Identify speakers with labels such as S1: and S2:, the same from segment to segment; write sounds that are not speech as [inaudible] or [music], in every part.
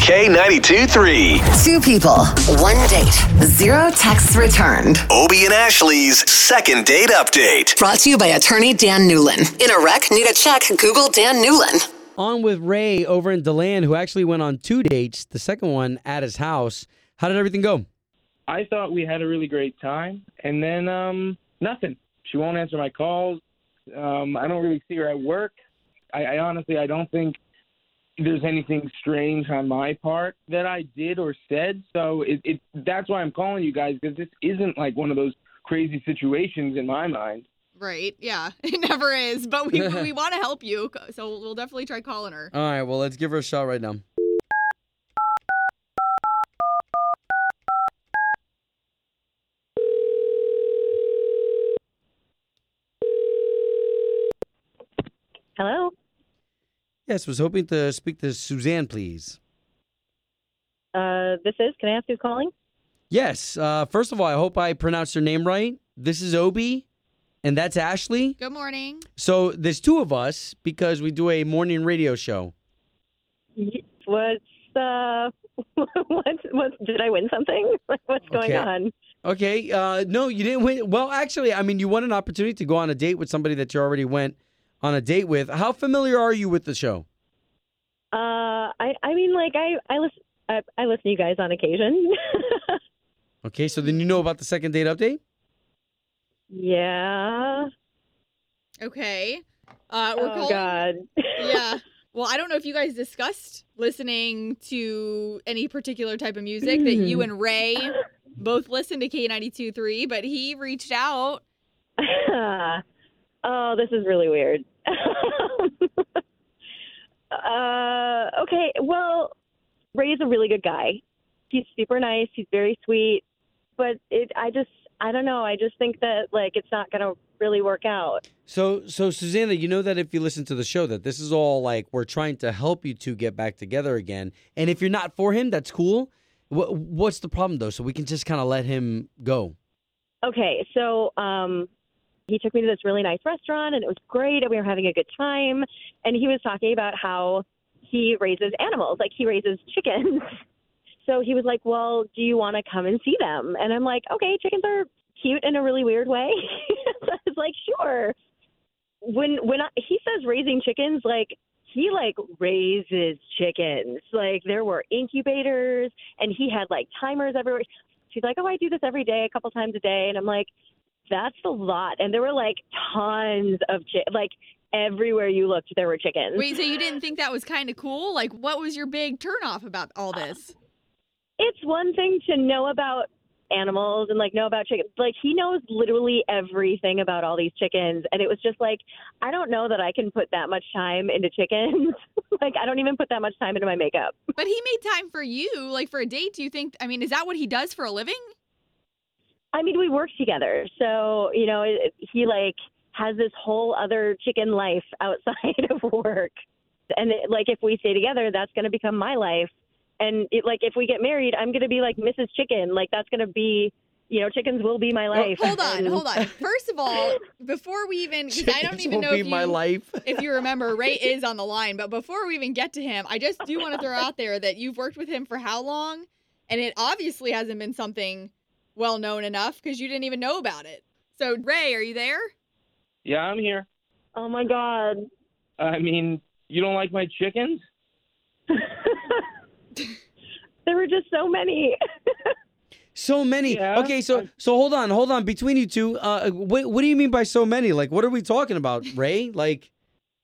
S1: K92 3.
S2: Two people, one date, zero texts returned.
S1: Obie and Ashley's second date update.
S2: Brought to you by attorney Dan Newlin. In a wreck, need a check, Google Dan Newlin.
S3: On with Ray over in Deland, who actually went on two dates, the second one at his house. How did everything go?
S4: I thought we had a really great time, and then um, nothing. She won't answer my calls. Um, I don't really see her at work. I, I honestly, I don't think there's anything strange on my part that I did or said. So it, it that's why I'm calling you guys because this isn't like one of those crazy situations in my mind.
S5: Right. Yeah. [laughs] It never is, but we we want to help you, so we'll definitely try calling her.
S3: All right, well, let's give her a shot right now.
S6: Hello.
S3: Yes, was hoping to speak to Suzanne, please.
S6: Uh, this is. Can I ask who's calling?
S3: Yes, uh, first of all, I hope I pronounced your name right. This is Obi, and that's Ashley.
S5: Good morning.
S3: So there's two of us because we do a morning radio show.
S6: Y- What's uh? [laughs] What's what's? Did I win something? [laughs] Like, what's going
S3: Okay.
S6: on?
S3: Okay. Uh, no, you didn't win. Well, actually, I mean, you won an opportunity to go on a date with somebody that you already went on a date with. How familiar are you with the show?
S6: Uh, I I mean, like I I listen I, I listen to you guys on occasion. [laughs]
S3: Okay, so then you know about the second date update.
S6: yeah.
S5: Okay. Uh, we're
S6: oh
S5: calling.
S6: God.
S5: [laughs]
S6: [laughs]
S5: Yeah. Well, I don't know if you guys discussed listening to any particular type of music that
S6: [clears throat]
S5: you and Ray both listen to K92.3, but he reached out.
S6: [laughs] oh, this is really weird. [laughs] uh, okay, well, Ray is a really good guy. He's super nice. He's very sweet, but it. I just, I don't know. I just think that like it's not gonna really work out.
S3: So, so Susanna, you know that if you listen to the show, that this is all like we're trying to help you two get back together again. And if you're not for him, that's cool. What, what's the problem though? So we can just kind of let him go.
S6: Okay, so um, he took me to this really nice restaurant, and it was great, and we were having a good time. And he was talking about how he raises animals, like he raises chickens. [laughs] so he was like, "Well, do you want to come and see them?" And I'm like, "Okay, chickens are cute in a really weird way." [laughs] so I was like, "Sure." When when I, he says raising chickens, like he like raises chickens. Like there were incubators, and he had like timers everywhere. She's like, "Oh, I do this every day, a couple times a day," and I'm like, "That's a lot." And there were like tons of chi- like everywhere you looked, there were chickens.
S5: Wait, so you didn't think that was kind of cool? Like, what was your big turnoff about all this?
S6: it's one thing to know about animals and like know about chickens. Like he knows literally everything about all these chickens, and it was just like, I don't know that I can put that much time into chickens. [laughs] like I don't even put that much time into my makeup.
S5: But he made time for you, like for a date. Do you think? I mean, is that what he does for a living?
S6: I mean, we work together, so you know it, he like has this whole other chicken life [laughs] outside of work, and it, like if we stay together, that's going to become my life, and it, like if we get married, I'm going to be like Mrs. Chicken, like that's going to be, you know, chickens will be my life.
S5: Hold on,
S6: And-
S5: hold on.
S3: [laughs]
S5: First of all, before we even, 'cause [laughs] I don't
S3: Chickens
S5: even
S3: won't
S5: know
S3: be
S5: if you,
S3: my life.
S5: if you
S3: [laughs]
S5: remember, Ray is on the line. But before we even get to him, I just do want to throw out there that you've worked with him for how long? And it obviously hasn't been something well known enough because you didn't even know about it. So, Ray, are you there?
S4: Yeah, I'm here.
S6: Oh my god. [laughs]
S4: I mean, you don't like my chickens?
S6: there were just so many. [laughs]
S3: So many.
S4: Yeah.
S3: okay, so so hold on, hold on. Between you two, uh, what what do you mean by so many? Like, what are we talking about,
S5: [laughs]
S3: Ray? Like,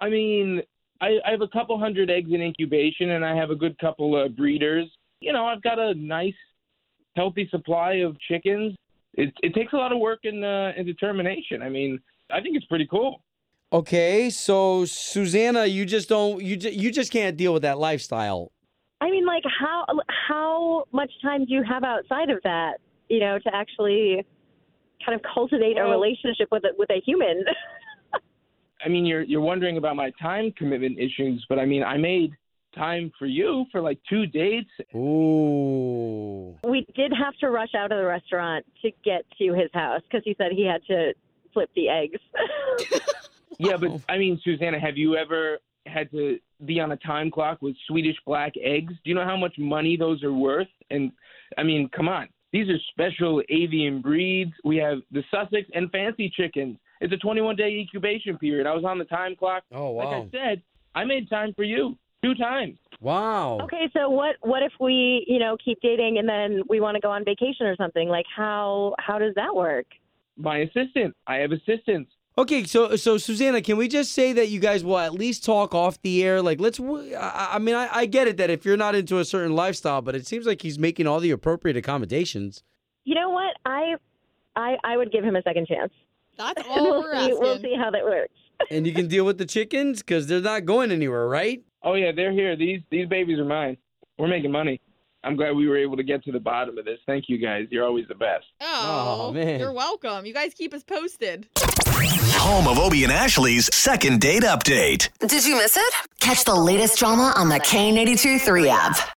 S4: I mean, I, I have a couple hundred eggs in incubation, and I have a good couple of breeders. You know, I've got a nice, healthy supply of chickens. It, it takes a lot of work and, uh, and determination. I mean, I think it's pretty cool.
S3: okay, so Susanna, you just don't you ju- you just can't deal with that lifestyle.
S6: I mean, like how how much time do you have outside of that, you know, to actually kind of cultivate a
S4: Well-
S6: relationship with a, with a human? [laughs]
S4: I mean, you're you're wondering about my time commitment issues, but I mean, I made time for you for like two dates.
S3: Ooh.
S6: we did have to rush out of the restaurant to get to his house because he said he had to flip the eggs. [laughs]
S4: Yeah, but I mean, Susanna, have you ever had to be on a time clock with Swedish black eggs? Do you know how much money those are worth? And I mean, come on. These are special avian breeds. We have the Sussex and fancy chickens. It's a 21 day incubation period. I was on the time clock.
S3: Oh
S4: Like
S3: wow.
S4: I said, I made time for you two times.
S3: Wow.
S6: okay, so what what if we you know keep dating and then we want to go on vacation or something? Like how how does that work?
S4: My assistant. I have assistants.
S3: Okay, so so Susanna, can we just say that you guys will at least talk off the air? Like, let's. w- I, I mean, I, I get it that if you're not into a certain lifestyle, but it seems like he's making all the appropriate accommodations.
S6: You know what? I I I would give him a second chance.
S5: That's
S3: [laughs]
S6: [laughs]
S5: all we're
S6: we'll, see,
S5: asking.
S6: we'll see how that works.
S3: And you can deal with the chickens because they're not going anywhere, right?
S4: Oh yeah, they're here. These these babies are mine. We're making money. I'm glad we were able to get to the bottom of this. Thank you guys. You're always the best.
S5: Oh,
S3: Aw, man.
S5: you're welcome. You guys keep us posted.
S1: Home of Obie and Ashley's second date update.
S2: Did you miss it? Catch the latest drama on the K82 3 app.